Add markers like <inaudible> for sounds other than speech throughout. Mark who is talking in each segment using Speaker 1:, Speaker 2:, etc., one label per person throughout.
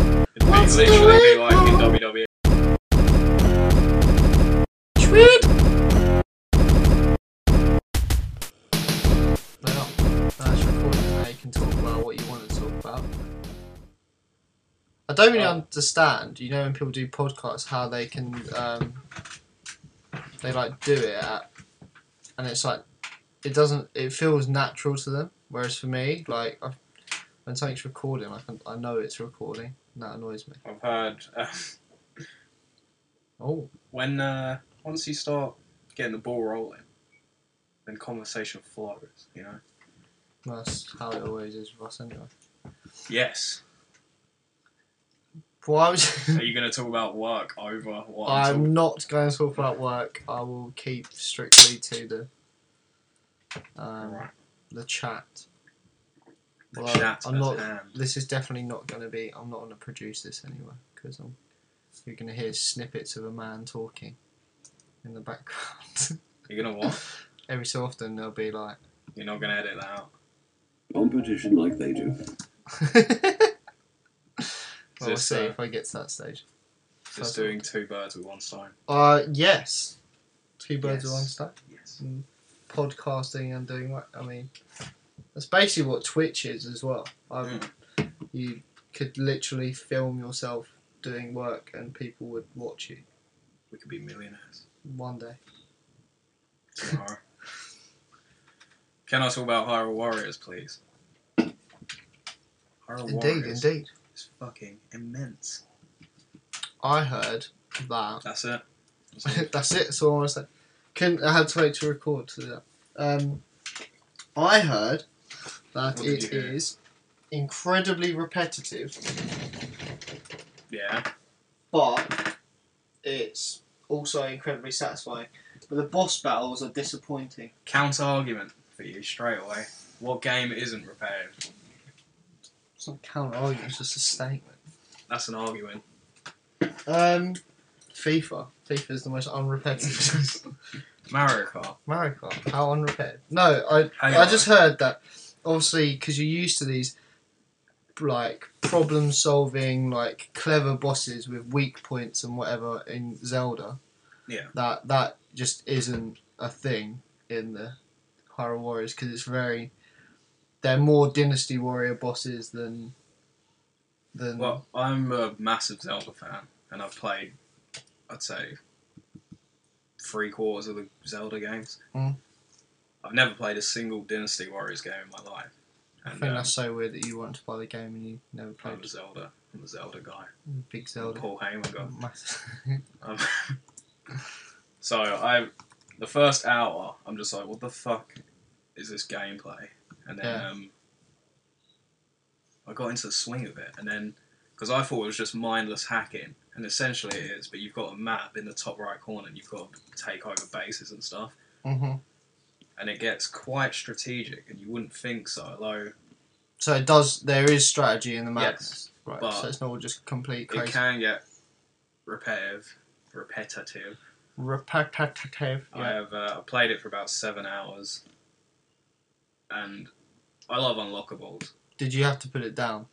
Speaker 1: would literally be like in E. WWE.
Speaker 2: Well, that's recording now. You can talk about what you want to talk about. I don't really
Speaker 1: Well-
Speaker 2: understand, you know, when people do podcasts, how they can, um, they like do it at, and it's like, it doesn't, it feels natural to them. Whereas for me, like, i when something's recording, I can, I know it's recording, and that annoys me.
Speaker 1: I've heard uh,
Speaker 2: Oh,
Speaker 1: when uh, once you start getting the ball rolling, then conversation flows. You know.
Speaker 2: that's how it always is with us anyway.
Speaker 1: Yes.
Speaker 2: But why <laughs> was
Speaker 1: Are you going to talk about work over what I'm talking-
Speaker 2: I'm not going to talk about work. I will keep strictly to the um,
Speaker 1: Alright,
Speaker 2: the chat.
Speaker 1: the
Speaker 2: well,
Speaker 1: chat
Speaker 2: I'm
Speaker 1: at
Speaker 2: not-
Speaker 1: hand.
Speaker 2: This is definitely not going to be. I'm not going to produce this anyway because I'm. You're going to hear snippets of a man talking in the background. <laughs>
Speaker 1: You're going to what?
Speaker 2: Every so often they'll be like, <laughs>
Speaker 1: You're not going to edit that out.
Speaker 3: competition like they do.
Speaker 2: well, we'll
Speaker 1: this,
Speaker 2: see
Speaker 1: uh,
Speaker 2: if I get to that stage.
Speaker 1: Just
Speaker 2: Perfect.
Speaker 1: doing two birds with one stone.
Speaker 2: Uh, yes, two birds with
Speaker 1: Yes.
Speaker 2: one stone.
Speaker 1: Yes.
Speaker 2: podcasting and doing what I mean that's basically what Twitch is as well. I
Speaker 1: Mm.
Speaker 2: you could literally film yourself doing work and people would watch you
Speaker 1: We could be millionaires
Speaker 2: one day. <laughs>
Speaker 1: tomorrow. Can I talk about Hyrule Warriors, please? Hyrule Warriors
Speaker 2: indeed.
Speaker 1: is fucking immense.
Speaker 2: I heard that <laughs>
Speaker 1: That's it.
Speaker 2: that's it, that's all I want to say. Couldn't I had to wait to record to do that. Um I heard
Speaker 1: What
Speaker 2: that
Speaker 1: did
Speaker 2: it
Speaker 1: you hear?
Speaker 2: is incredibly repetitive
Speaker 1: yeah.
Speaker 2: but it's also incredibly satisfying. But the boss battles are disappointing.
Speaker 1: Counter argument for you straight away. What game isn't repetitive?
Speaker 2: It's not counter argument, it's just a statement.
Speaker 1: That's an argument.
Speaker 2: Um, FIFA. FIFA is the most unrepetitive. <laughs>
Speaker 1: Mario Kart.
Speaker 2: Mario Kart. How unrepetitive? No, I
Speaker 1: Hang
Speaker 2: I
Speaker 1: on.
Speaker 2: just heard that. Obviously, because you're used to these, like problem solving, like clever bosses with weak points and whatever in Zelda.
Speaker 1: Yeah.
Speaker 2: That that just isn't a thing in the Hyrule Warriors because it's very. They're more Dynasty Warrior bosses than. Than
Speaker 1: Well, I'm a massive Zelda fan, and I've played, I'd say, three quarters of the Zelda games.
Speaker 2: Mm.
Speaker 1: I've never played a single Dynasty Warriors game in my life.
Speaker 2: I
Speaker 1: And
Speaker 2: think
Speaker 1: um,
Speaker 2: that's so weird that you wanted to play the game and you never
Speaker 1: I'm
Speaker 2: played
Speaker 1: a Zelda. I'm a Zelda guy.
Speaker 2: Big Zelda.
Speaker 1: Paul Heyman guy.
Speaker 2: <laughs> Mass-
Speaker 1: Um, <laughs> so I, the first hour, I'm just like, what the fuck is this gameplay? And then
Speaker 2: Yeah.
Speaker 1: um, I got into the swing of it, and then because I thought it was just mindless hacking, and essentially it is, but you've got a map in the top right corner, and you've got to take over bases and stuff,
Speaker 2: Mhm.
Speaker 1: and it gets quite strategic, and you wouldn't think so, although
Speaker 2: So it does. There is strategy in the map,
Speaker 1: Yes,
Speaker 2: right?
Speaker 1: but
Speaker 2: So it's not all just complete
Speaker 1: it
Speaker 2: crazy.
Speaker 1: can get repetitive, repetitive.
Speaker 2: Repetitive.
Speaker 1: I
Speaker 2: Yeah.
Speaker 1: have uh, I played it for about seven hours, and I love unlockables.
Speaker 2: Did you have to put it down?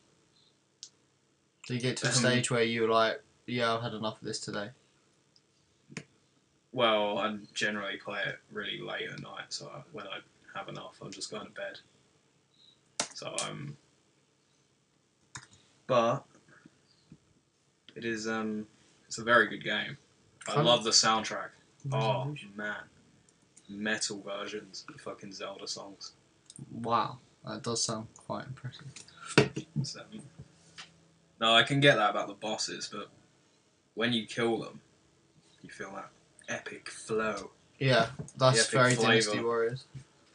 Speaker 2: Did you get to the
Speaker 1: Um,
Speaker 2: stage where you were like, "Yeah, I've had enough of this today"?
Speaker 1: Well, I generally play it really late at night, so I, when I have enough, I'm just going to bed. So I'm, but it is um, it's a very good game. I
Speaker 2: Fun.
Speaker 1: love the soundtrack. Oh
Speaker 2: Resolution.
Speaker 1: man, metal versions of fucking Zelda songs.
Speaker 2: Wow, that does sound quite impressive.
Speaker 1: So, no, I can get that about the bosses, but when you kill them, you feel that epic flow.
Speaker 2: Yeah, that's
Speaker 1: Epic
Speaker 2: very
Speaker 1: flavour.
Speaker 2: Dynasty Warriors.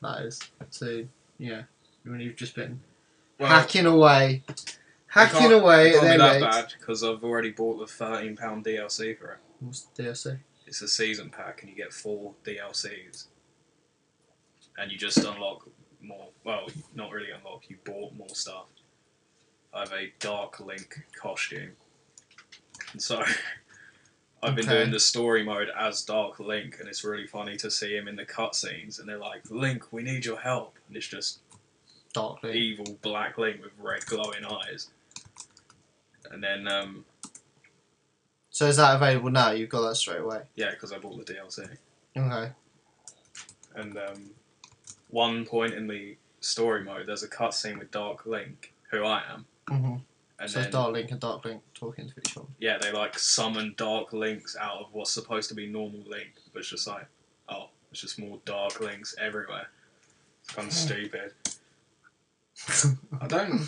Speaker 2: That is. So yeah, when you've just been
Speaker 1: Well,
Speaker 2: hacking away, hacking
Speaker 1: can't-
Speaker 2: away
Speaker 1: it
Speaker 2: at
Speaker 1: can't be
Speaker 2: their
Speaker 1: that
Speaker 2: mates.
Speaker 1: bad because I've already bought the thirteen pound DLC for it.
Speaker 2: What's the DLC?
Speaker 1: It's a season pack, and you get four DLCs, and you just unlock more. Well, not really unlock. You bought more stuff. I have a Dark Link costume, and so. <laughs> I've been
Speaker 2: Okay.
Speaker 1: doing the story mode as Dark Link, and it's really funny to see him in the cutscenes. And they're like, "Link, we need your help," and it's just
Speaker 2: Darkly.
Speaker 1: evil black Link with red glowing eyes. And then um,
Speaker 2: So is that available now? You've got that straight away.
Speaker 1: Yeah, because I bought the DLC.
Speaker 2: Okay.
Speaker 1: And um, one point in the story mode, there's a cutscene with Dark Link, who I am.
Speaker 2: hmm
Speaker 1: And
Speaker 2: So
Speaker 1: then,
Speaker 2: it's Dark Link and Dark Link talking to each other.
Speaker 1: yeah, they like summon Dark Links out of what's supposed to be normal Link, but it's just like, oh, it's just more Dark Links everywhere. It's kind of stupid. I don't.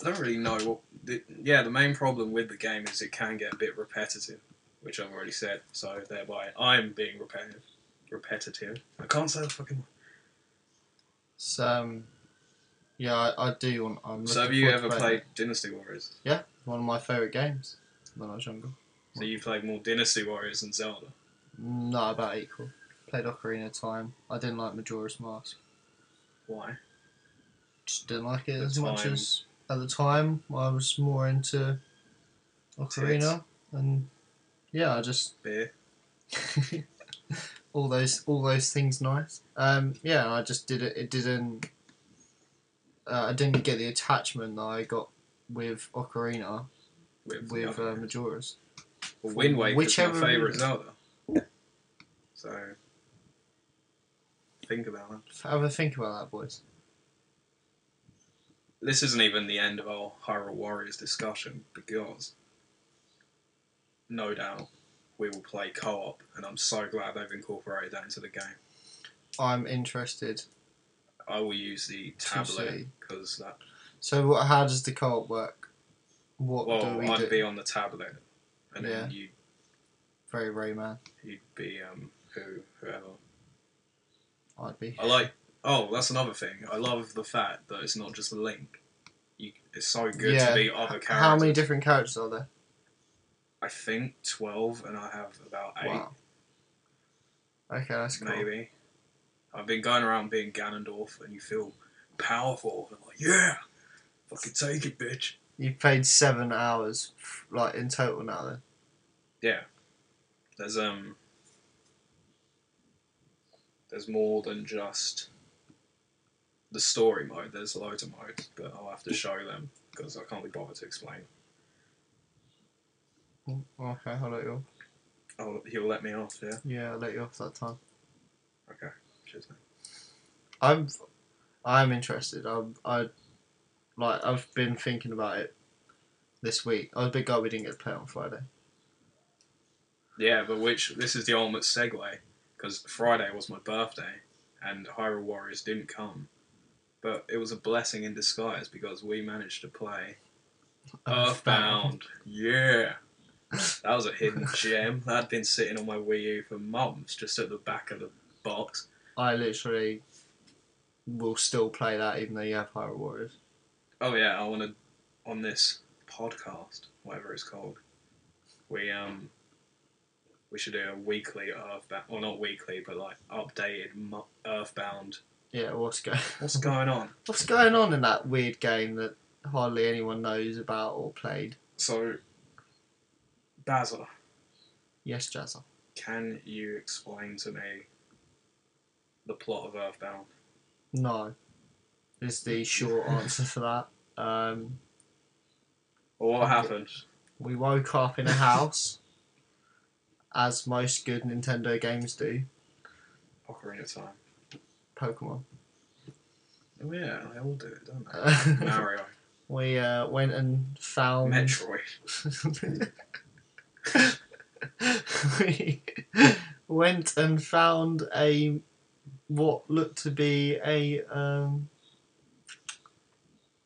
Speaker 1: I don't really know what. The, yeah, the main problem with the game is it can get a bit repetitive, which I've already said. So thereby, I'm being repetitive. Repetitive. I can't say the fucking. word.
Speaker 2: So, um, yeah, I, I do want. I'm
Speaker 1: So have
Speaker 2: looking
Speaker 1: you
Speaker 2: forward to
Speaker 1: ever
Speaker 2: playing
Speaker 1: played Dynasty Warriors?
Speaker 2: it. one of my favorite games when I was younger?
Speaker 1: So you played more Dynasty Warriors than Zelda.
Speaker 2: Not about equal. Played Ocarina of Time. I didn't like Majora's Mask.
Speaker 1: Why?
Speaker 2: Just didn't like it
Speaker 1: The
Speaker 2: as much
Speaker 1: time.
Speaker 2: as at the time. I was more into Ocarina, and yeah, I just
Speaker 1: Beer.
Speaker 2: <laughs> all those all those things nice. Um, yeah, and I just did it. It didn't. Uh, I didn't get the attachment that I got with Ocarina
Speaker 1: With,
Speaker 2: with
Speaker 1: other
Speaker 2: uh,
Speaker 1: games.
Speaker 2: Majora's.
Speaker 1: Well, Wind Waker's my
Speaker 2: whichever-
Speaker 1: favourite Zelda. So think about that.
Speaker 2: Have a think about that, boys.
Speaker 1: This isn't even the end of our Hyrule Warriors discussion because no doubt we will play co-op, and I'm so glad they've incorporated that into the game.
Speaker 2: I'm interested.
Speaker 1: I will use the tablet
Speaker 2: see.
Speaker 1: because that.
Speaker 2: So, what? How does the co-op work? What do
Speaker 1: Well,
Speaker 2: we
Speaker 1: I'd
Speaker 2: do?
Speaker 1: be on the tablet, and then you
Speaker 2: Very very man.
Speaker 1: you'd be um who whoever.
Speaker 2: I'd be.
Speaker 1: I like. Oh, that's another thing. I love the fact that it's not just Link. You, it's so good
Speaker 2: Yeah.
Speaker 1: to be other characters.
Speaker 2: How many different characters are there?
Speaker 1: I think twelve, and I have about eight,
Speaker 2: Wow. Okay, that's cool.
Speaker 1: maybe. I've been going around being Ganondorf, and you feel powerful. And I'm like, yeah, fucking take it, bitch.
Speaker 2: You've played seven hours, f- like in total now. Then
Speaker 1: There's um. There's more than just the story mode. There's loads of modes, but I'll have to show them because I can't be bothered to explain.
Speaker 2: okay, I'll let you off.
Speaker 1: Oh, he'll let me off. Yeah.
Speaker 2: Yeah, I'll let you off that time.
Speaker 1: Okay. Cheers, mate.
Speaker 2: I'm, I'm interested. I'm, I, like I've been thinking about it this week. I was a bit glad we didn't get to play it on Friday.
Speaker 1: Yeah, but which this is the ultimate segue because Friday was my birthday, and Hyrule Warriors didn't come, but it was a blessing in disguise because we managed to play Oh,
Speaker 2: <laughs>
Speaker 1: Earthbound. yeah, that was a hidden gem that had been sitting on my Wii U for months, just at the back of the box.
Speaker 2: I literally will still play that, even though you have Hyrule Warriors.
Speaker 1: Oh yeah, I want to on this podcast, whatever it's called. We um we should do a weekly Earthbound, well not weekly, but like updated mo- Earthbound.
Speaker 2: Yeah, what's going?
Speaker 1: What's going on?
Speaker 2: <laughs> What's going on in that weird game that hardly anyone knows about or played?
Speaker 1: So, Basil,
Speaker 2: Yes, Jazza.
Speaker 1: can you explain to me the plot of Earthbound?
Speaker 2: No, is the short answer for that. Um,
Speaker 1: Or what happened?
Speaker 2: we woke up in a house, <laughs> as most good Nintendo games do.
Speaker 1: Ocarina of Time.
Speaker 2: Pokemon. <laughs>
Speaker 1: Oh yeah, they all do it, don't they? <laughs> Mario,
Speaker 2: we uh, went and
Speaker 1: Um,
Speaker 2: found.
Speaker 1: Metroid.
Speaker 2: <laughs> we went and found a what looked to be a um,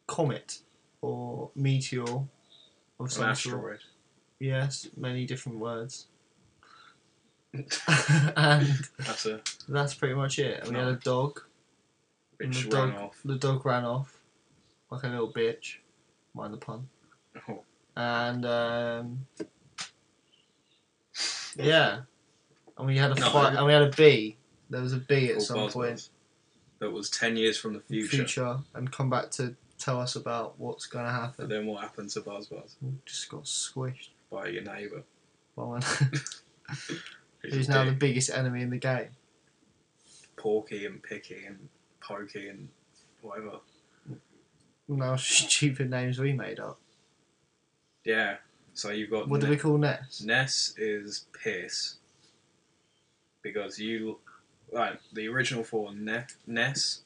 Speaker 2: comet or meteor of
Speaker 1: An
Speaker 2: some sort.
Speaker 1: asteroid.
Speaker 2: Yes, many different words. <laughs> and
Speaker 1: <laughs> That's a
Speaker 2: that's pretty much it. And we had a dog. And
Speaker 1: bitch
Speaker 2: the
Speaker 1: ran
Speaker 2: dog,
Speaker 1: off.
Speaker 2: The dog ran off like a little bitch. Mind
Speaker 1: <laughs>
Speaker 2: the pun.
Speaker 1: Oh,
Speaker 2: and um, yeah, and we had a
Speaker 1: No,
Speaker 2: fight,
Speaker 1: I-
Speaker 2: and we had a bee. There was a bee at
Speaker 1: called
Speaker 2: some
Speaker 1: Bosworth.
Speaker 2: point
Speaker 1: That was 10 years from the
Speaker 2: in
Speaker 1: future.
Speaker 2: future, and come back to tell us about what's gonna
Speaker 1: But
Speaker 2: happen.
Speaker 1: then what happened to Buzzbuzz?
Speaker 2: We just got squished
Speaker 1: By your neighbour. <laughs>
Speaker 2: by one <laughs>
Speaker 1: who's
Speaker 2: who's
Speaker 1: a
Speaker 2: now the
Speaker 1: dick.
Speaker 2: biggest enemy in the game.
Speaker 1: Porky and Picky and Pokey and whatever.
Speaker 2: <laughs> And those stupid names we made up.
Speaker 1: Yeah, So you've got
Speaker 2: What do
Speaker 1: Ne-
Speaker 2: we call Ness?
Speaker 1: Ness is piss because you like the original four ne- Ness,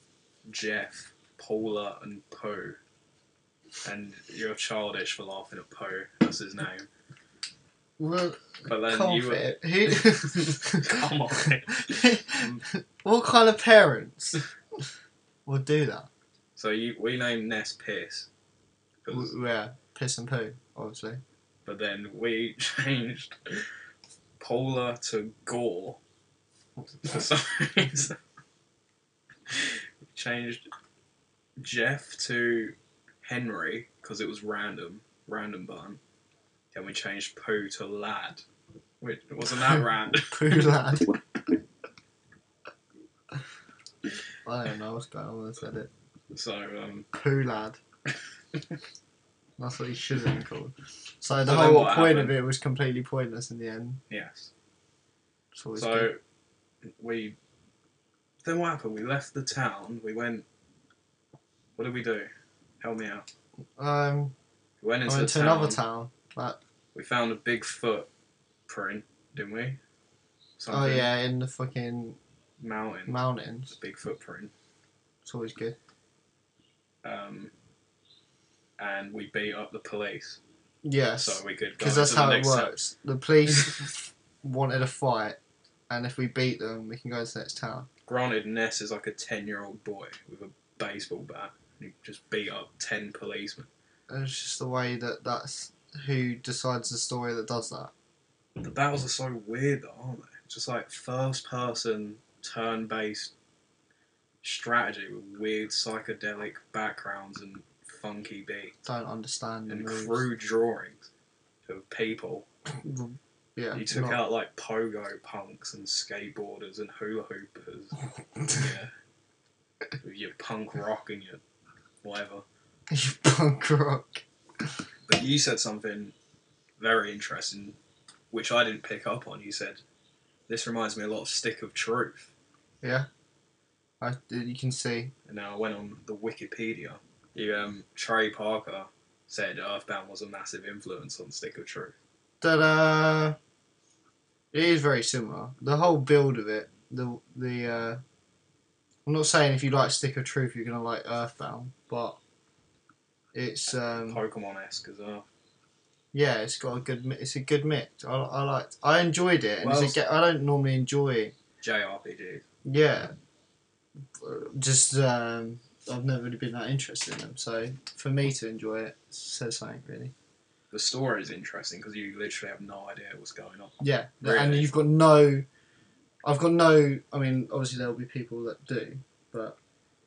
Speaker 1: Jeff, Paula, and Poe, and you're childish for laughing at Poe. That's his name.
Speaker 2: Well,
Speaker 1: But then
Speaker 2: can't
Speaker 1: you were
Speaker 2: fit. Who?
Speaker 1: <laughs> Come on.
Speaker 2: <laughs> what kind of parents would do that?
Speaker 1: so you we named Ness piss, 'cause-
Speaker 2: W- Yeah, piss and poo, obviously.
Speaker 1: but then we <laughs> changed Paula to Gore. for some <laughs> reason. We changed Jeff to Henry because it was random, random bun. Then we changed Pooh to Lad, which wasn't
Speaker 2: <laughs>
Speaker 1: that random.
Speaker 2: Poo lad. I don't know what's going on when I said it.
Speaker 1: So um,
Speaker 2: Poo lad. That's what he should have been called. So
Speaker 1: So
Speaker 2: the
Speaker 1: then
Speaker 2: whole
Speaker 1: what
Speaker 2: point of
Speaker 1: happened?
Speaker 2: it was completely pointless in the end.
Speaker 1: yes.
Speaker 2: It's always
Speaker 1: So
Speaker 2: good.
Speaker 1: we then what happened? We left the town. We went. What did we do? Help me out.
Speaker 2: Um,
Speaker 1: We went
Speaker 2: I
Speaker 1: into
Speaker 2: went
Speaker 1: the
Speaker 2: to
Speaker 1: town.
Speaker 2: another town. Like,
Speaker 1: We found a big foot print, didn't we?
Speaker 2: oh yeah, in the fucking
Speaker 1: Mountain.
Speaker 2: mountains.
Speaker 1: Big footprint.
Speaker 2: It's always good.
Speaker 1: um, and we beat up the police
Speaker 2: Yes.
Speaker 1: so we could go
Speaker 2: Because that's
Speaker 1: into the
Speaker 2: how it
Speaker 1: next
Speaker 2: works.
Speaker 1: <laughs>
Speaker 2: The police wanted a fight, and if we beat them, we can go to the next town.
Speaker 1: town. Granted, Ness is like a ten-year-old boy with a baseball bat. and He just beat up ten policemen.
Speaker 2: And It's just the way that that's who decides the story that does that.
Speaker 1: The battles are so weird, though, aren't they? Just like first-person turn-based strategy with weird psychedelic backgrounds and funky beats
Speaker 2: Don't understand the
Speaker 1: and
Speaker 2: moves.
Speaker 1: crude drawings of people.
Speaker 2: Yeah.
Speaker 1: You took
Speaker 2: not- <laughs>
Speaker 1: out like pogo punks and skateboarders and hula hoopers.
Speaker 2: <laughs>
Speaker 1: yeah. With your punk rock and your whatever.
Speaker 2: you punk rock.
Speaker 1: But you said something very interesting, which I didn't pick up on. You said, This reminds me a lot of Stick of Truth.
Speaker 2: I, you can see.
Speaker 1: And now I went on the Wikipedia. You, um, Trey Parker said Earthbound was a massive influence on Stick of Truth.
Speaker 2: Ta da! It is very similar. The whole build of it, the the. Uh, I'm not saying if you like Stick of Truth, you're gonna like Earthbound, but it's um.
Speaker 1: Pokemon esque as well.
Speaker 2: Yeah, it's got a good. mi- It's a good mix. I, I liked. I enjoyed it. And
Speaker 1: Well-
Speaker 2: it's a, ge- I don't normally enjoy.
Speaker 1: JRPGs.
Speaker 2: Yeah, just um, I've never really been that interested in them. So for me to enjoy it says something really.
Speaker 1: The story is interesting because you literally have no idea what's going on.
Speaker 2: Yeah, th- and
Speaker 1: Really?
Speaker 2: you've got no. I've got no. I mean, obviously there will be people that do, but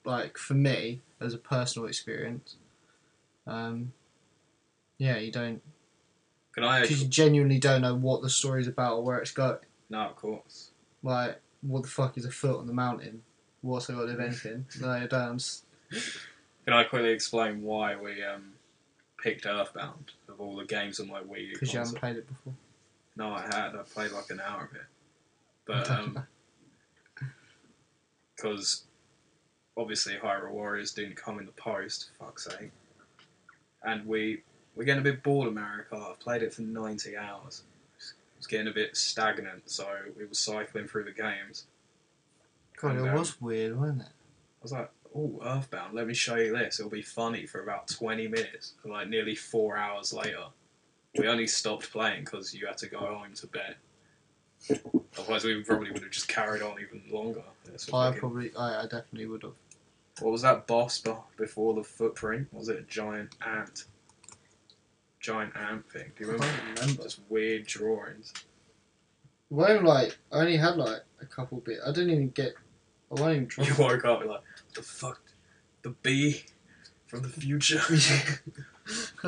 Speaker 2: like for me, as a personal experience, um, yeah, you don't
Speaker 1: Can I?
Speaker 2: because you genuinely don't know what the story's about or where it's going.
Speaker 1: No, of course.
Speaker 2: Like, what the fuck is a foot on the mountain? What's it got to do with
Speaker 1: <laughs>
Speaker 2: anything? no, I don't. underst-
Speaker 1: Can I quickly explain why we um, picked Earthbound of all the games on my Wii U?
Speaker 2: Because you haven't
Speaker 1: console?
Speaker 2: played it before.
Speaker 1: No, I had. I played like an hour of it,
Speaker 2: <laughs>
Speaker 1: but um, because obviously Hyrule Warriors didn't come in the post. Fuck's sake! And we we're getting a bit bored of Mario Kart. I've played it for ninety hours. It's getting a bit stagnant, so we were cycling through the games.
Speaker 2: God,
Speaker 1: and,
Speaker 2: it
Speaker 1: um,
Speaker 2: was weird, wasn't it?
Speaker 1: I was like, oh, Earthbound, let me show you this. It'll be funny for about 20 minutes. And like nearly four hours later, we only stopped playing because you had to go home to bed. Otherwise, we probably would have just carried on even longer. It's a
Speaker 2: I
Speaker 1: fucking-
Speaker 2: probably, I, I definitely would have.
Speaker 1: What was that boss be- before the footprint? Was it a giant ant? Giant ant thing. Do you
Speaker 2: I
Speaker 1: remember?
Speaker 2: can't remember.
Speaker 1: Just weird drawings. <laughs>
Speaker 2: Well, like, I only had like a couple bit. I didn't even get. I won't even try.
Speaker 1: <laughs> You woke up, you're like, what the fuck? The bee from the future?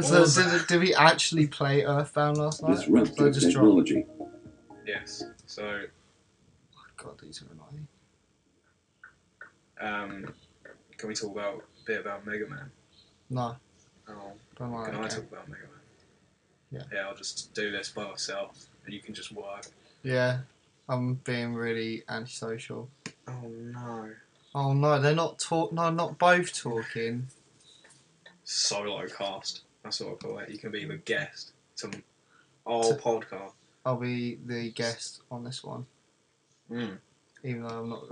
Speaker 2: So, did, did we actually play Earthbound last night? Did I
Speaker 3: Disruptive
Speaker 2: just drop?
Speaker 3: technology.
Speaker 1: yes. So
Speaker 2: God, these are annoying.
Speaker 1: Um, can we talk about a bit about Mega Man?
Speaker 2: No,
Speaker 1: Oh,
Speaker 2: don't like
Speaker 1: can I
Speaker 2: that
Speaker 1: talk
Speaker 2: game.
Speaker 1: about Mega Man?
Speaker 2: Yeah.
Speaker 1: Yeah, I'll just do this by myself, and you can just work.
Speaker 2: Yeah, I'm being really antisocial.
Speaker 1: Oh no.
Speaker 2: Oh no, they're not talk. No, not both talking.
Speaker 1: Solo cast. That's what I call it. You can be the guest Mm. to Our
Speaker 2: To-
Speaker 1: podcast.
Speaker 2: I'll be the guest on this one,
Speaker 1: Mm.
Speaker 2: even though I'm not.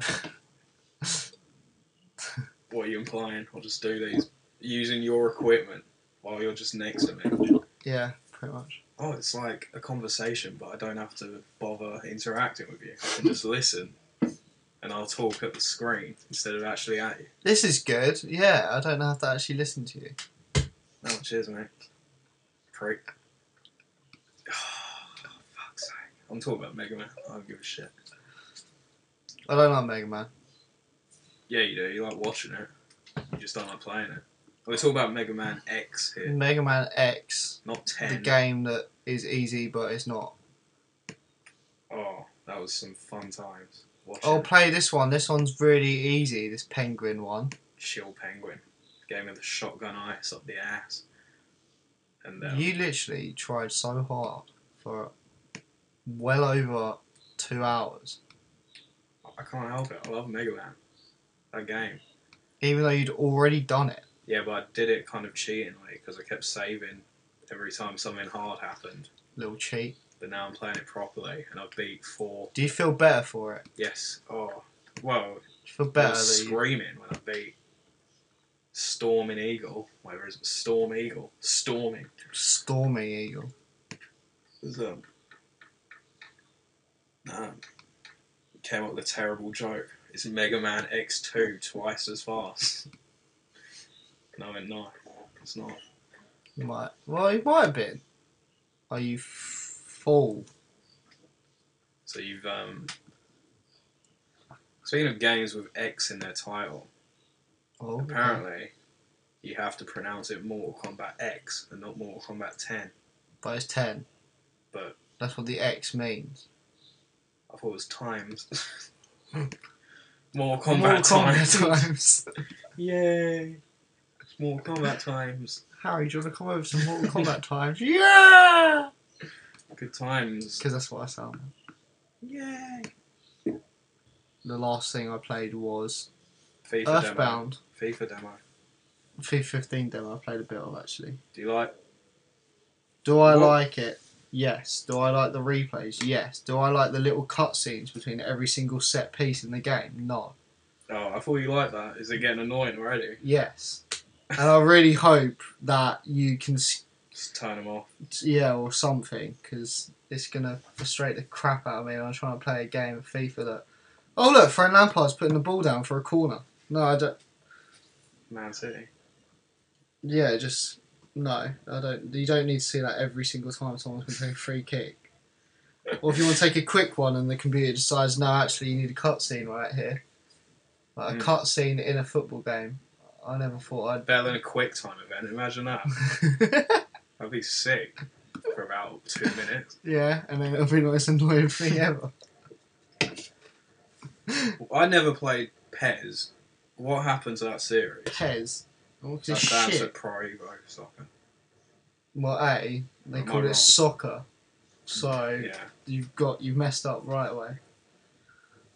Speaker 2: <laughs>
Speaker 1: What are you implying? I'll just do these using your equipment while you're just next to me.
Speaker 2: yeah, pretty much.
Speaker 1: Oh, it's like a conversation, but I don't have to bother interacting with you. I can just listen, and I'll talk at the screen instead of actually at you.
Speaker 2: This is good. Yeah, I don't have to actually listen to you.
Speaker 1: Oh, cheers, mate. <sighs> Prick. Oh, fuck's sake. I'm talking about Mega Man. I don't give a shit.
Speaker 2: I don't like Mega Man.
Speaker 1: Yeah, you do. You like watching it. You just don't like playing it. We're talking about Mega Man X here,
Speaker 2: Mega Man X,
Speaker 1: not
Speaker 2: the
Speaker 1: 10.
Speaker 2: game that is easy but it's not.
Speaker 1: Oh, that was some fun times. Watching
Speaker 2: Oh, play this one. This one's really easy. This penguin one.
Speaker 1: Chill Penguin. Game of the shotgun ice up the ass. And um, then
Speaker 2: You literally tried so hard for well over two hours,
Speaker 1: I can't help it. I love Mega Man. That game.
Speaker 2: even though you'd already done it.
Speaker 1: Yeah, but I did it kind of cheating, like, because I kept saving every time something hard happened.
Speaker 2: Little cheat.
Speaker 1: But now I'm playing it properly, and I beat four.
Speaker 2: Do you feel better for it?
Speaker 1: Yes. Oh, well,
Speaker 2: Do you feel
Speaker 1: I
Speaker 2: better
Speaker 1: was
Speaker 2: that you?
Speaker 1: screaming when I beat Storming Eagle. Whatever it is, Storm Eagle. Storming.
Speaker 2: Stormy Eagle.
Speaker 1: There's um, um, came up with a terrible joke. It's Mega Man X2 twice as fast. <laughs> No, it not. It's not.
Speaker 2: You might. Well, you might have been. Are you f- fool?
Speaker 1: So you've um. Speaking of games with X in their title,
Speaker 2: Oh,
Speaker 1: apparently you have to pronounce it Mortal Kombat X and not Mortal Kombat 10.
Speaker 2: But it's ten.
Speaker 1: But-
Speaker 2: that's what the X means.
Speaker 1: I thought it was times. <laughs> Mortal Kombat
Speaker 2: Mortal
Speaker 1: times.
Speaker 2: Kombat <laughs> times.
Speaker 1: <laughs> Yay! It's Mortal Kombat times.
Speaker 2: Harry, do you want to come over
Speaker 1: <laughs>
Speaker 2: to Mortal Kombat times? Yeah.
Speaker 1: Good times.
Speaker 2: Because that's what I sound. like.
Speaker 1: Yay!
Speaker 2: The last thing I played was
Speaker 1: FIFA demo.
Speaker 2: Earthbound.
Speaker 1: FIFA demo.
Speaker 2: FIFA 15 demo. I played a bit of actually.
Speaker 1: Do you like?
Speaker 2: Do I
Speaker 1: What?
Speaker 2: like it? Yes. Do I like the replays? Yes. Do I like the little cutscenes between every single set piece in the game? No.
Speaker 1: Oh, I thought you liked that. Is it getting annoying already?
Speaker 2: Yes. And I really hope that you can, s-
Speaker 1: Just turn them off.
Speaker 2: yeah, or something, because it's going to frustrate the crap out of me when I'm trying to play a game of FIFA that, oh, look, Fred Lampard's putting the ball down for a corner. No, I don't,
Speaker 1: Man City.
Speaker 2: yeah, just, no, I don't, you don't need to see that every single time someone's going to take a free kick. Or if you want to take a quick one and the computer decides, no, actually, you need a cutscene right here. Like a
Speaker 1: Mm.
Speaker 2: cutscene in a football game. I never thought
Speaker 1: Better than a quick time event. Imagine that.
Speaker 2: I'd.
Speaker 1: I'd be sick for about two minutes.
Speaker 2: <laughs> Yeah, and then it'll be the most annoying thing ever.
Speaker 1: I never played Pez. What happened to that series?
Speaker 2: Pez. What is
Speaker 1: That sounds
Speaker 2: shit?
Speaker 1: like Pro Evo Soccer.
Speaker 2: Well, A, they
Speaker 1: Am I
Speaker 2: call it
Speaker 1: wrong?
Speaker 2: soccer. So
Speaker 1: Yeah.
Speaker 2: you've got you've messed up right away.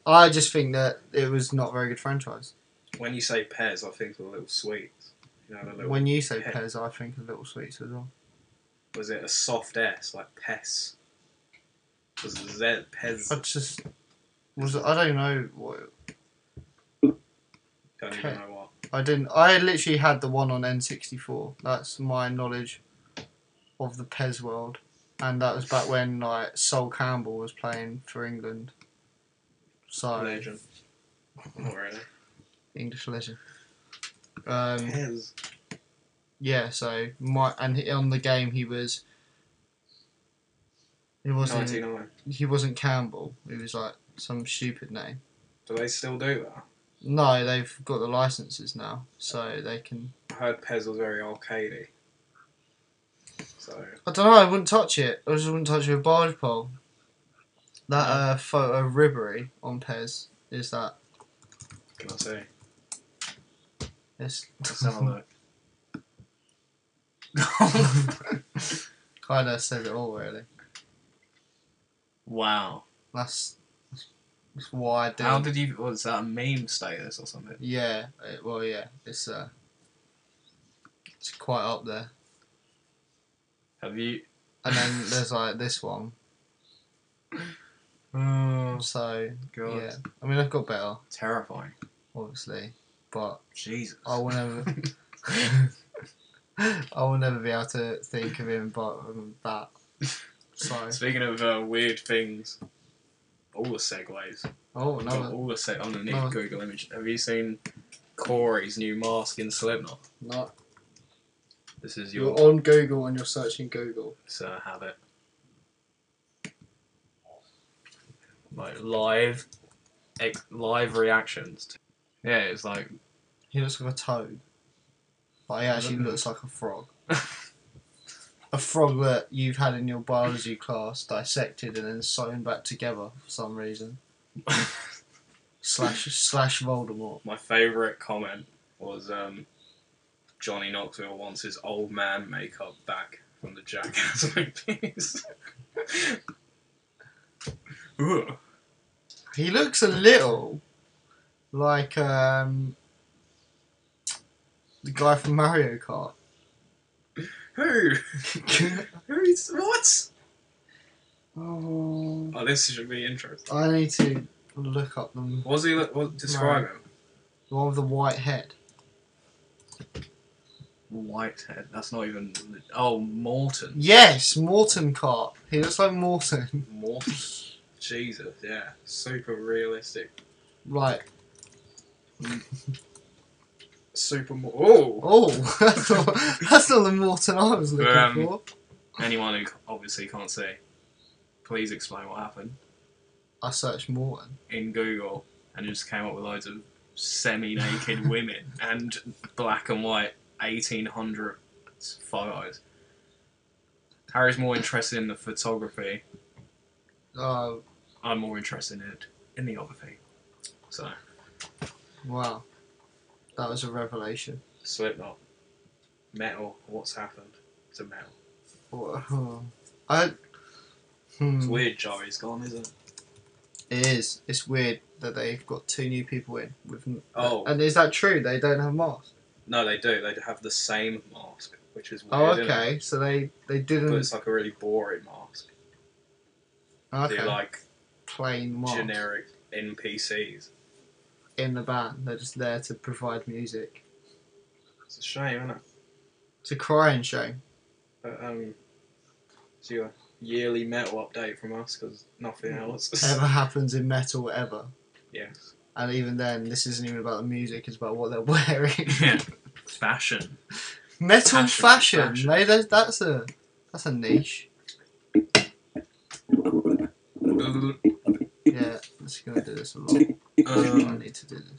Speaker 2: I just think that it was not a very good franchise.
Speaker 1: When you say Pez, I think of the little sweets. You know, the little.
Speaker 2: When you say
Speaker 1: Pe-
Speaker 2: Pez, I think of Little Sweets as well.
Speaker 1: was it a soft S like Pes? Was it Z Pez?
Speaker 2: I just was I don't know what
Speaker 1: Don't even know what.
Speaker 2: I didn't. I literally had the one on N64. That's my knowledge of the Pez world, and that was back when like Sol Campbell was playing for England. So
Speaker 1: Legend. Not really.
Speaker 2: English legend. Um,
Speaker 1: Pez.
Speaker 2: yeah. So my and he- on the game he was. He wasn't.
Speaker 1: 99.
Speaker 2: He wasn't Campbell. He was like some stupid name.
Speaker 1: Do they still do that?
Speaker 2: No, they've got the licenses now, so they can.
Speaker 1: I heard Pez was very arcadey. So
Speaker 2: I don't know. I wouldn't touch it. I just wouldn't touch it with a barge pole. That uh, photo of Ribery on Pez is that.
Speaker 1: can I see?
Speaker 2: It's
Speaker 1: Let's have a
Speaker 2: <laughs>
Speaker 1: look.
Speaker 2: kind of says it all really.
Speaker 1: Wow.
Speaker 2: That's that's why I do.
Speaker 1: How did you? Was that a meme status or something?
Speaker 2: Yeah. It, well, yeah. It's uh, it's quite up there.
Speaker 1: Have you?
Speaker 2: and then there's like this one. Mm,
Speaker 4: Oh
Speaker 2: So
Speaker 4: god,
Speaker 2: yeah, I mean I've got better,
Speaker 4: terrifying.
Speaker 2: obviously, but
Speaker 4: Jesus.
Speaker 1: Oh.
Speaker 2: I will never. <laughs> I will never be able to think of him, but um, that.
Speaker 1: <laughs>
Speaker 2: So
Speaker 1: Speaking of uh, weird things, all the segues.
Speaker 2: oh
Speaker 1: Got
Speaker 2: no,
Speaker 1: all the seg- on the new
Speaker 2: no.
Speaker 1: Google image. Have you seen Corey's new mask in Slipknot?
Speaker 2: no,
Speaker 1: This is
Speaker 2: you're
Speaker 1: your
Speaker 2: on Google and you're searching Google.
Speaker 1: it's a habit. Like live, ex- live reactions. To- yeah, it's like
Speaker 2: He looks like a toad, but he actually
Speaker 1: Mhm.
Speaker 2: looks like a frog. a frog that you've had in your biology class, dissected and then sewn back together for some reason. slash slash Voldemort.
Speaker 1: my favorite comment was um, Johnny Knoxville wants his old man makeup back from the Jackass <laughs> movies. Ooh.
Speaker 2: He looks a little like um, the guy from Mario Kart. <laughs>
Speaker 1: Who? Who's what? Oh, this should be interesting.
Speaker 2: I need to look up the
Speaker 1: Was he? li- What, describe him.
Speaker 2: the one with the white head.
Speaker 1: Whitehead. That's not even. Oh, Morton.
Speaker 2: Yes, Morton Kart. He looks like Morton.
Speaker 1: Morton. Jesus. Yeah. Super realistic.
Speaker 2: Right.
Speaker 1: Super. Mor- oh.
Speaker 2: Oh, <laughs> that's not, that's not the Morton I was looking
Speaker 1: Um,
Speaker 2: for.
Speaker 1: Anyone who c- obviously can't see, please explain what happened.
Speaker 2: I searched Morton.
Speaker 1: in Google and just came up with loads of
Speaker 2: <laughs>
Speaker 1: semi-naked women and black and white 1800 photos. Harry's more interested in the photography.
Speaker 2: Oh,
Speaker 1: I'm more interested in it in the other thing. So
Speaker 2: Wow. That was a revelation.
Speaker 1: Slipknot, metal. What's happened to metal?
Speaker 2: Whoa. I. Hmm.
Speaker 1: It's weird. Joey's gone, isn't it?
Speaker 2: It is. It's weird that they've got two new people in with. n-
Speaker 1: Oh.
Speaker 2: And is that true? They don't have masks.
Speaker 1: No, they do. They have the same mask, which is weird.
Speaker 2: Oh,
Speaker 1: isn't it?
Speaker 2: okay. So they they
Speaker 1: But
Speaker 2: didn't.
Speaker 1: it's like a really boring mask.
Speaker 2: Okay.
Speaker 1: They're like
Speaker 2: Plain masks
Speaker 1: generic NPCs.
Speaker 2: in the band. They're just there to provide music.
Speaker 1: It's a shame, isn't it?
Speaker 2: It's a crying shame.
Speaker 1: But, um, it's your yearly metal update from us because nothing else.
Speaker 2: Ever
Speaker 1: <laughs>
Speaker 2: happens in metal ever.
Speaker 1: Yes.
Speaker 2: And even then, this isn't even about the music. It's about what they're <laughs> wearing.
Speaker 1: yeah. Fashion.
Speaker 2: metal
Speaker 1: Fashion,
Speaker 2: fashion.
Speaker 1: fashion.
Speaker 2: Mate, that's, that's a that's a niche.
Speaker 1: I'm
Speaker 2: Yeah, I'm just gonna do this a lot. I
Speaker 1: Um,
Speaker 2: need to do this.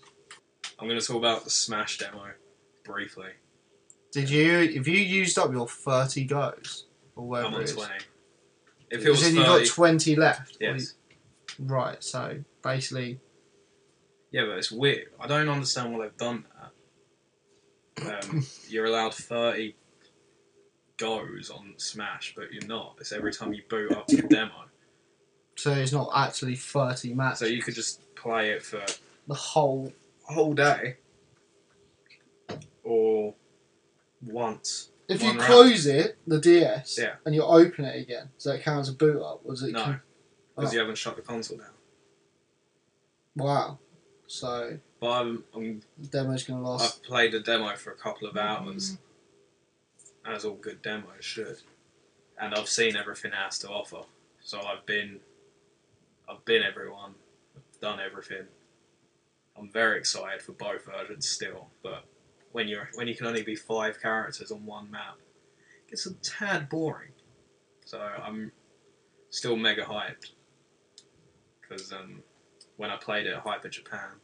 Speaker 1: going to talk about the Smash demo briefly.
Speaker 2: Did you? If you used up your thirty goes or
Speaker 1: I'm
Speaker 2: whatever
Speaker 1: on
Speaker 2: it is,
Speaker 1: 20. If it
Speaker 2: you
Speaker 1: was
Speaker 2: said
Speaker 1: 30,
Speaker 2: you got twenty left.
Speaker 1: yes.
Speaker 2: Right. So basically,
Speaker 1: Yeah, but it's weird. I don't understand why they've done that. Um, you're allowed 30 goes on Smash, but you're not. It's every time you boot up the demo.
Speaker 2: so it's not actually thirty matches.
Speaker 1: So you could just play it for
Speaker 2: the whole.
Speaker 1: whole day or once.
Speaker 2: If
Speaker 1: One
Speaker 2: you
Speaker 1: round.
Speaker 2: close it, the DS,
Speaker 1: Yeah.
Speaker 2: and you open it again, does that count as a boot up? Was it?
Speaker 1: No,
Speaker 2: con-
Speaker 1: because
Speaker 2: Oh.
Speaker 1: you haven't shut the console down.
Speaker 2: wow. So
Speaker 1: But I'm, I'm,
Speaker 2: the demo's gonna last.
Speaker 1: I've played the demo for a couple of hours, as all good demos should, and I've seen everything it has to offer. So I've been, I've been everyone, I've done everything. I'm very excited for both versions still, but when you're when you can only be five characters on one map, it gets a tad boring. So I'm still mega hyped because um, when I played it at Hyper Japan,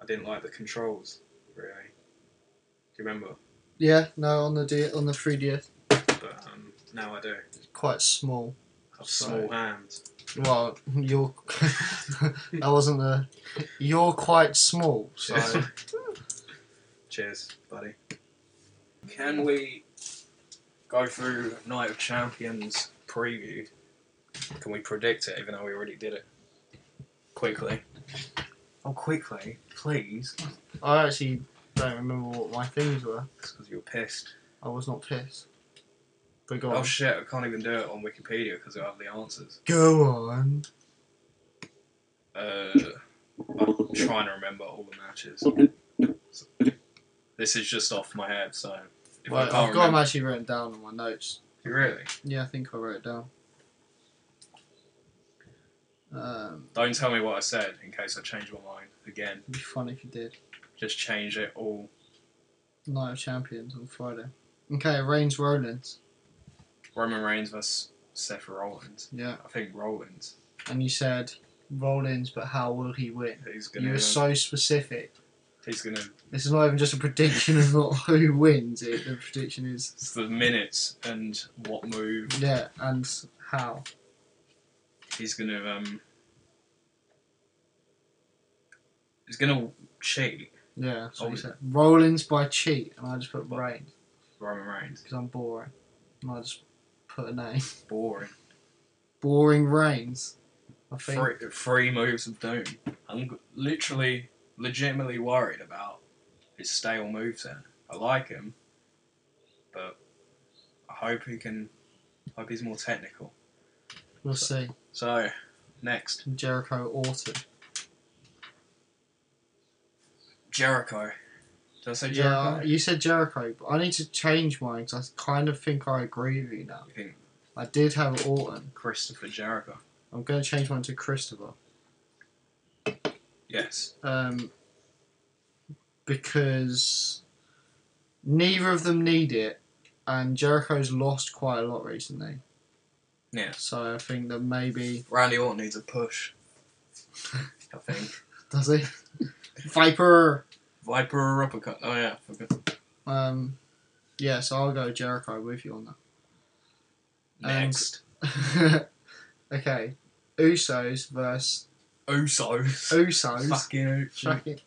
Speaker 1: I didn't like the controls really. Do you remember?
Speaker 2: yeah. No, on the D on the 3DS,
Speaker 1: But um, now I do. I
Speaker 2: it's quite small.
Speaker 1: have small hands.
Speaker 2: Well, <laughs> you're. that wasn't the. You're quite small, so.
Speaker 1: <laughs> Cheers, buddy. Can we go through Night of Champions preview? Can we predict it, even though we already did it? Quickly. Oh, quickly, please.
Speaker 2: I actually don't remember what my things were.
Speaker 1: Because you're pissed.
Speaker 2: I was not pissed. But go on.
Speaker 1: Oh shit! I can't even do it on Wikipedia because it'll have the answers.
Speaker 2: go on.
Speaker 1: Uh, I'm trying to remember all the matches. This is just off my head, so if
Speaker 2: Right,
Speaker 1: I
Speaker 2: I've
Speaker 1: can't
Speaker 2: got them
Speaker 1: remember,
Speaker 2: actually written down on my notes.
Speaker 1: really
Speaker 2: Yeah, I think I wrote it down. Um,
Speaker 1: don't tell me what I said in case I change my mind again.
Speaker 2: it'd be fun if you did.
Speaker 1: Just change it all.
Speaker 2: Night of Champions on Friday. Okay, Reigns Rollins.
Speaker 1: Roman Reigns versus Seth Rollins.
Speaker 2: Yeah,
Speaker 1: I think Rollins.
Speaker 2: and you said Rollins, but how will he win?
Speaker 1: He's gonna.
Speaker 2: You were so specific.
Speaker 1: he's gonna.
Speaker 2: This is not even just a prediction of not <laughs> who wins. It the prediction is
Speaker 1: It's the minutes and what move
Speaker 2: yeah and how.
Speaker 1: he's gonna um. He's gonna cheat
Speaker 2: Yeah, that's what you
Speaker 1: Obviously.
Speaker 2: said. Rollins by cheat, and I just put Reigns
Speaker 1: Roman Reigns.
Speaker 2: because I'm boring. And I just put a name.
Speaker 1: Boring.
Speaker 2: Boring Reigns. I think.
Speaker 1: Three, three moves of doom. I'm g- literally, legitimately worried about his stale moves. There, I like him, but I hope he can. Hope he's more technical.
Speaker 2: We'll see.
Speaker 1: So, next
Speaker 2: Jericho Orton.
Speaker 1: Jericho. Did I say
Speaker 2: Yeah,
Speaker 1: Jericho?
Speaker 2: you said Jericho, but I need to change mine because I kind of think I agree with you now.
Speaker 1: I think
Speaker 2: I did have Orton.
Speaker 1: Christopher Jericho.
Speaker 2: I'm going to change mine to Christopher.
Speaker 1: Yes.
Speaker 2: Um, because neither of them need it, and Jericho's lost quite a lot recently.
Speaker 1: Yeah.
Speaker 2: So I think that maybe. <laughs>
Speaker 1: Randy Orton needs a push. I think.
Speaker 2: Does he? Viper!
Speaker 1: Viper or uppercut? Oh yeah, I forgot.
Speaker 2: Um, yeah, so I'll go Jericho with you on that.
Speaker 1: Next,
Speaker 2: <laughs> okay, Usos versus
Speaker 1: Usos.
Speaker 2: Usos.
Speaker 1: Fucking Usos.
Speaker 2: Fucking-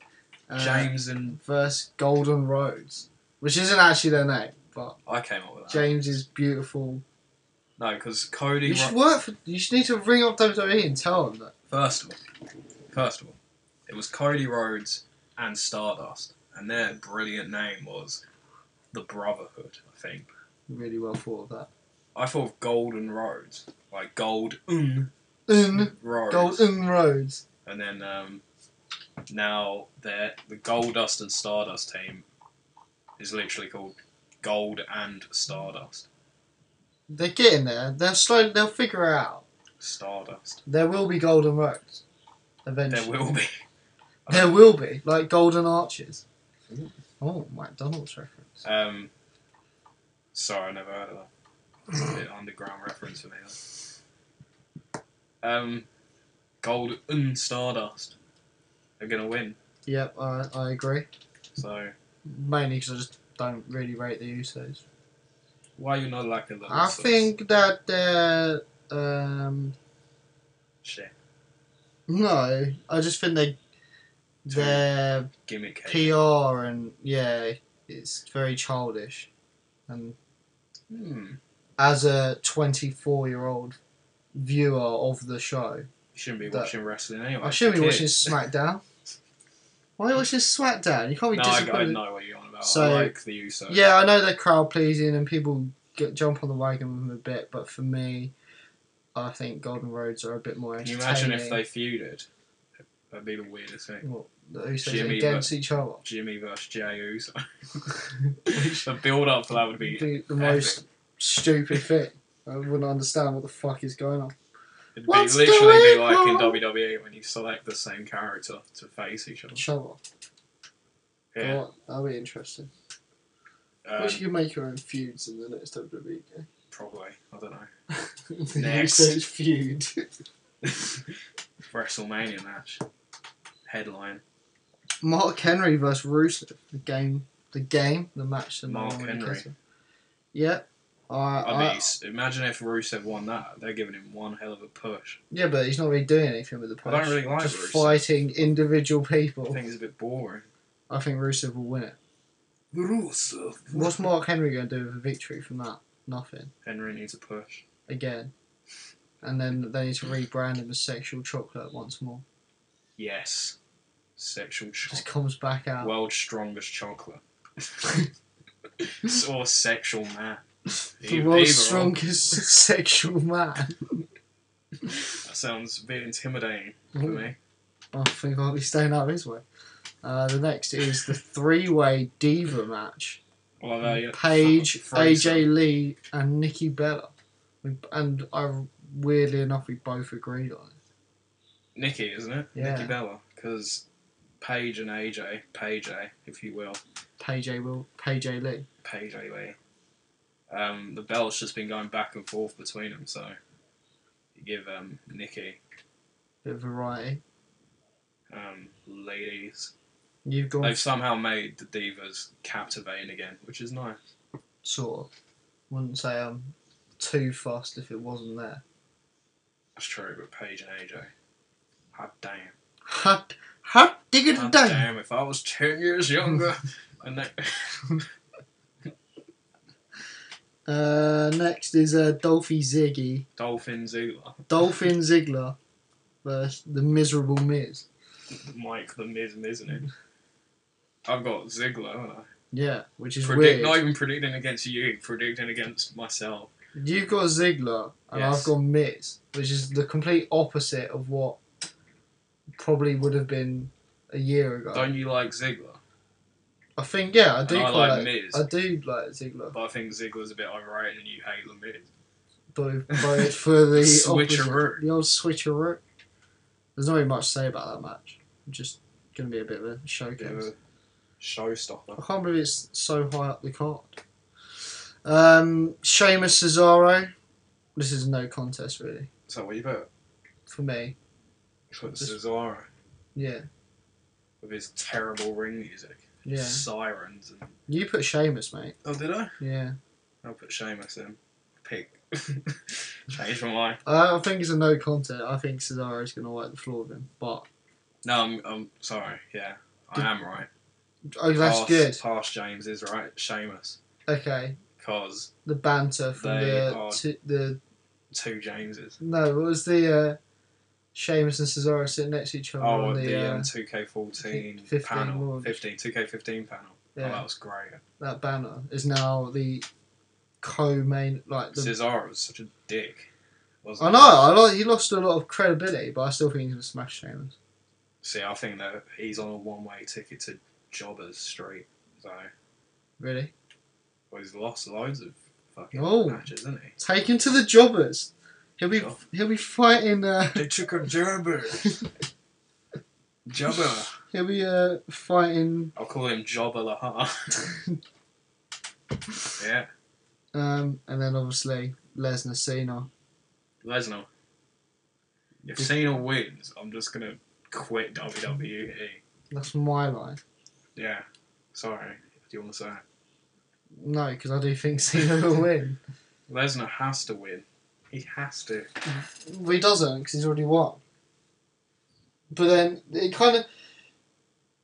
Speaker 2: uh,
Speaker 1: James and
Speaker 2: versus Golden Roads, which isn't actually their name, but
Speaker 1: I came up with that.
Speaker 2: James is beautiful.
Speaker 1: No, because Cody.
Speaker 2: You should
Speaker 1: Ro-
Speaker 2: work for. You should need to ring up WWE and tell them that.
Speaker 1: first of all, first of all, it was Cody Rhodes and Stardust, and their brilliant name was the Brotherhood. I think
Speaker 2: Really well thought of
Speaker 1: I thought of Golden Roads, like Gold Un
Speaker 2: that. Un
Speaker 1: Roads,
Speaker 2: Golden Roads.
Speaker 1: and then um, now they're the Gold Dust and Stardust team is literally called Gold and Stardust.
Speaker 2: They're getting there. They'll slowly. They'll figure it out.
Speaker 1: Stardust.
Speaker 2: There will be Golden Roads.
Speaker 1: There
Speaker 2: Eventually.
Speaker 1: will be. <laughs>
Speaker 2: There will be like Golden Arches. Oh, McDonald's reference.
Speaker 1: Um, sorry, I never heard of that. It's a bit underground reference for me. that. Um, Gold and Stardust are gonna win.
Speaker 2: Yep, I I agree.
Speaker 1: So
Speaker 2: Mainly because I just don't really rate the Usos.
Speaker 1: why you not liking those?
Speaker 2: I
Speaker 1: sorts?
Speaker 2: think that they're. Um,
Speaker 1: shit
Speaker 2: no, I just think they.
Speaker 1: Too
Speaker 2: Their
Speaker 1: gimmick. hate.
Speaker 2: PR and. Yeah, it's very childish. And
Speaker 1: Hmm. You
Speaker 2: as a 24 year old viewer of the show,
Speaker 1: shouldn't be
Speaker 2: That-
Speaker 1: watching wrestling anyway.
Speaker 2: I should be
Speaker 1: Kid.
Speaker 2: watching
Speaker 1: <laughs>
Speaker 2: SmackDown. Why are you watching SmackDown? You can't be
Speaker 1: No, I, I
Speaker 2: disappointed.
Speaker 1: know what you're on about.
Speaker 2: So-
Speaker 1: I like the use of
Speaker 2: Yeah, I know they're crowd pleasing and people get, jump on the wagon with them a bit, but for me, I think Golden Roads are a bit more
Speaker 1: Can you imagine
Speaker 2: entertaining.
Speaker 1: if they feuded? That'd be the weirdest thing.
Speaker 2: What, the Usos
Speaker 1: Jimmy,
Speaker 2: against
Speaker 1: <laughs>
Speaker 2: each other?
Speaker 1: Jimmy versus Jey Uso. <laughs> the build up for that would be
Speaker 2: It'd be the most stupid thing. I wouldn't understand what the fuck is going on.
Speaker 1: It'd
Speaker 2: What's
Speaker 1: be literally be
Speaker 2: going
Speaker 1: like in
Speaker 2: on?
Speaker 1: WWE when you select the same character to face each other.
Speaker 2: Each other.
Speaker 1: Yeah.
Speaker 2: God, that'll be interesting. I
Speaker 1: Um,
Speaker 2: wish you could make your own feuds in the next WWE <laughs> game.
Speaker 1: probably. I don't know. <laughs>
Speaker 2: The
Speaker 1: Next.
Speaker 2: Usos feud. <laughs>
Speaker 1: WrestleMania match. Headline.
Speaker 2: Mark Henry versus Rusev. The game. The game. The match. The
Speaker 1: Mark
Speaker 2: one with the
Speaker 1: Henry.
Speaker 2: kisser. Yeah. I,
Speaker 1: I
Speaker 2: I,
Speaker 1: mean, s- imagine if Rusev won that. They're giving him one hell of a push.
Speaker 2: yeah, but he's not really doing anything with the
Speaker 1: I
Speaker 2: push.
Speaker 1: don't really like
Speaker 2: Just
Speaker 1: Rusev.
Speaker 2: fighting individual
Speaker 1: I
Speaker 2: people.
Speaker 1: think it's a bit boring.
Speaker 2: I think Rusev will win it.
Speaker 1: Rusev.
Speaker 2: What's Mark Henry going to do with a victory from that? Nothing.
Speaker 1: Henry needs a push.
Speaker 2: again. And then they need to rebrand him as sexual chocolate once more.
Speaker 1: Yes. Sexual
Speaker 2: Just
Speaker 1: chocolate.
Speaker 2: comes <laughs> back out. <laughs>
Speaker 1: World's strongest chocolate. or sexual man.
Speaker 2: the
Speaker 1: Either
Speaker 2: world's
Speaker 1: or.
Speaker 2: strongest <laughs> sexual man.
Speaker 1: That sounds a bit intimidating for
Speaker 2: Ooh.
Speaker 1: me.
Speaker 2: I think I'll be staying out this way. Uh, the next is the three-way diva match:
Speaker 1: Well, there you
Speaker 2: Paige,
Speaker 1: fucking
Speaker 2: AJ Lee, and Nikki Bella. We, and I weirdly enough, we both agreed on it.
Speaker 1: Nikki, isn't it?
Speaker 2: Yeah.
Speaker 1: Nikki Bella, because Paige and AJ, Paige, if you will,
Speaker 2: Paige will Paige Lee.
Speaker 1: Paige Lee. Um, the bell's just been going back and forth between them, so you give um, Nikki
Speaker 2: Bit of variety.
Speaker 1: um, ladies.
Speaker 2: You've gone
Speaker 1: They've somehow made the divas captivating again, which is nice.
Speaker 2: sort of. Wouldn't say I'm too fussed if it wasn't there.
Speaker 1: That's true, but Paige and AJ. Hot damn.
Speaker 2: Hot, hot diggity
Speaker 1: Hot
Speaker 2: dang.
Speaker 1: damn, if I was 10 years
Speaker 2: <laughs>
Speaker 1: younger. and they,
Speaker 2: Uh, next is uh, Dolphy Ziggy,
Speaker 1: Dolphin Ziggler.
Speaker 2: Dolphin Ziggler versus the miserable Miz.
Speaker 1: Mike the Miz, isn't it? I've got Ziggler, haven't I?
Speaker 2: Yeah, which is
Speaker 1: Predict,
Speaker 2: weird.
Speaker 1: not even predicting against you, predicting against myself.
Speaker 2: You've got Ziggler and
Speaker 1: Yes.
Speaker 2: I've got Miz, which is the complete opposite of what probably would have been a year ago.
Speaker 1: Don't you like Ziggler?
Speaker 2: I think yeah, I do
Speaker 1: And I
Speaker 2: quite
Speaker 1: like
Speaker 2: like
Speaker 1: Miz.
Speaker 2: I do like Ziggler,
Speaker 1: But I think Ziggler's a bit irate and you hate the Miz.
Speaker 2: but voted
Speaker 1: <laughs>
Speaker 2: for the
Speaker 1: Switcheroo.
Speaker 2: opposite- the old switcheroo. There's not really much to say about that match. Just gonna be a bit of a showcase.
Speaker 1: Bit of a showstopper.
Speaker 2: I can't believe it's so high up the card. Um, Sheamus Cesaro. This is no contest really
Speaker 1: So what you put?
Speaker 2: for me.
Speaker 1: Put
Speaker 2: Just-
Speaker 1: Cesaro
Speaker 2: Yeah,
Speaker 1: with his terrible ring music,
Speaker 2: yeah.
Speaker 1: sirens, and
Speaker 2: You put Sheamus, mate.
Speaker 1: oh, did I?
Speaker 2: Yeah.
Speaker 1: I'll put Sheamus in. Pick. <laughs> Change my mind.
Speaker 2: Uh, I I think it's a no contest. I think Cesaro is gonna wipe the floor with him. But
Speaker 1: No, I'm, I'm sorry. Yeah, I
Speaker 2: Did-
Speaker 1: am right.
Speaker 2: oh, that's
Speaker 1: past,
Speaker 2: good.
Speaker 1: Past James is right. Sheamus,
Speaker 2: Okay,
Speaker 1: cause
Speaker 2: the banter from
Speaker 1: They
Speaker 2: the
Speaker 1: are-
Speaker 2: two, the
Speaker 1: two Jameses.
Speaker 2: no. What was the uh, Sheamus and Cesaro sitting next to each other
Speaker 1: Oh,
Speaker 2: on
Speaker 1: the,
Speaker 2: the,
Speaker 1: um,
Speaker 2: uh,
Speaker 1: 2K14
Speaker 2: 15
Speaker 1: panel,
Speaker 2: launch.
Speaker 1: 15, 2K15 panel. Oh,
Speaker 2: yeah,
Speaker 1: that was great.
Speaker 2: that banner is now the co-main like the
Speaker 1: Cesaro was such a dick. Wasn't
Speaker 2: I
Speaker 1: he?
Speaker 2: know. I lo- he lost a lot of credibility, but I still think he's gonna smash Sheamus.
Speaker 1: See, I think that he's on a one-way ticket to Jobbers Street. So,
Speaker 2: Really,
Speaker 1: well, he's lost loads of fucking
Speaker 2: Oh.
Speaker 1: matches, isn't he?
Speaker 2: take him to the jobbers. He'll be
Speaker 1: Sure.
Speaker 2: he'll be fighting. Uh, <laughs>
Speaker 1: They took him Jobber. Jobber.
Speaker 2: he'll be uh, fighting.
Speaker 1: I'll call him Jobber Lahar. <laughs> yeah,
Speaker 2: Um, and then obviously Lesnar Cena.
Speaker 1: Lesnar. If Cena wins, I'm just gonna quit WWE.
Speaker 2: That's my line.
Speaker 1: Yeah, sorry. If you want to say it.
Speaker 2: No, because I do think <laughs> Cena will win.
Speaker 1: Lesnar has to win. He has to.
Speaker 2: Well, he doesn't because he's already won. But then it kind of.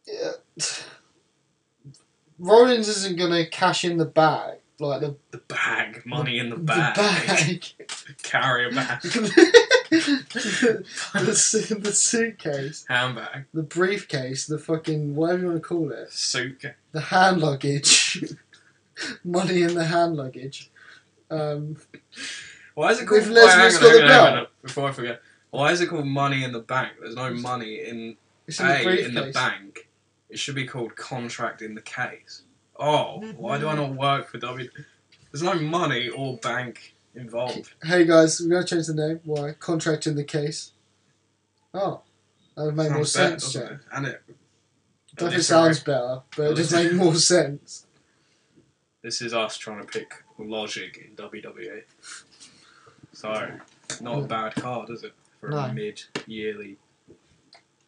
Speaker 2: Yeah. <sighs> Rollins isn't gonna cash in the bag like the,
Speaker 1: The bag, money in the
Speaker 2: the
Speaker 1: bag, <laughs>
Speaker 2: bag. <laughs>
Speaker 1: carrier bag, <laughs>
Speaker 2: the, su- the suitcase,
Speaker 1: handbag,
Speaker 2: the briefcase, the fucking whatever you want to call it,
Speaker 1: suitcase.
Speaker 2: the hand luggage, <laughs> money in the hand luggage. Um,
Speaker 1: Why is it called?
Speaker 2: With
Speaker 1: wait, hang
Speaker 2: Lesnar's
Speaker 1: on,
Speaker 2: got the
Speaker 1: hang on, hang on,
Speaker 2: belt.
Speaker 1: Before I forget, why is it called money in the bank? There's no money in
Speaker 2: it's in the
Speaker 1: a
Speaker 2: briefcase.
Speaker 1: in the bank. It should be called contract in the case. Oh, why do I not work for W? There's no money or bank involved.
Speaker 2: Hey guys, we're gonna change the name. Why? Contract in the case. Oh, that would make more
Speaker 1: Sounds better,
Speaker 2: sense,
Speaker 1: doesn't
Speaker 2: Jack.
Speaker 1: it? And it a
Speaker 2: Definitely
Speaker 1: different
Speaker 2: sounds
Speaker 1: way.
Speaker 2: better, but it
Speaker 1: <laughs>
Speaker 2: just makes more sense.
Speaker 1: This is us trying to pick logic in WWE. So, not a bad card, is it? For
Speaker 2: No.
Speaker 1: a mid yearly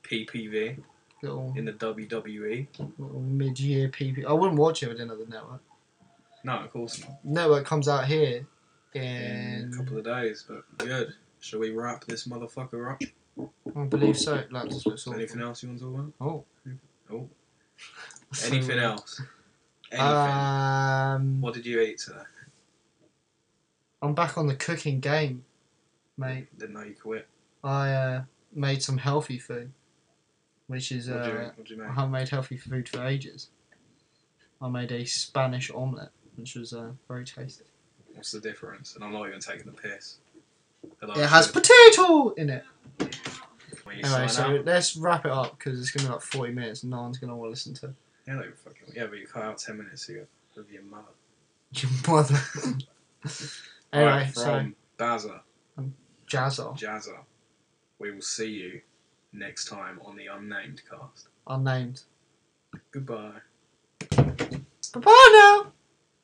Speaker 1: PPV
Speaker 2: Little,
Speaker 1: in the E. WWE.
Speaker 2: little mid-year PP. I wouldn't watch it if I didn't have the network.
Speaker 1: No, of course not.
Speaker 2: Network comes out here
Speaker 1: In a
Speaker 2: in
Speaker 1: couple of days, but good. Shall we wrap this motherfucker up?
Speaker 2: I believe so. Like, just looks awful. <laughs>
Speaker 1: Anything else you want to talk about?
Speaker 2: Oh.
Speaker 1: Oh. Anything
Speaker 2: uh,
Speaker 1: else? Anything?
Speaker 2: Um,
Speaker 1: what did you eat today?
Speaker 2: I'm back on the cooking game, mate.
Speaker 1: Didn't know you quit.
Speaker 2: I uh, made some healthy food, which is
Speaker 1: What did you
Speaker 2: uh,
Speaker 1: eat? What did you
Speaker 2: I
Speaker 1: make?
Speaker 2: haven't made healthy food for ages. I made a Spanish omelette, which was uh, very tasty.
Speaker 1: What's the difference? And I'm not even taking the piss. And I
Speaker 2: It has
Speaker 1: should,
Speaker 2: potato in it.
Speaker 1: when you
Speaker 2: Anyway,
Speaker 1: sign
Speaker 2: so
Speaker 1: out.
Speaker 2: let's wrap it up because it's gonna be like forty minutes and no one's gonna want to listen to
Speaker 1: Yeah, they were fucking, yeah, but you cut out 10 minutes ago of your mother.
Speaker 2: your
Speaker 1: <laughs>
Speaker 2: mother. anyway,
Speaker 1: Alright,
Speaker 2: so
Speaker 1: from Baza,
Speaker 2: Jazza,
Speaker 1: Jazza, we will see you next time on the unnamed cast.
Speaker 2: unnamed.
Speaker 1: Goodbye.
Speaker 2: Bye bye now.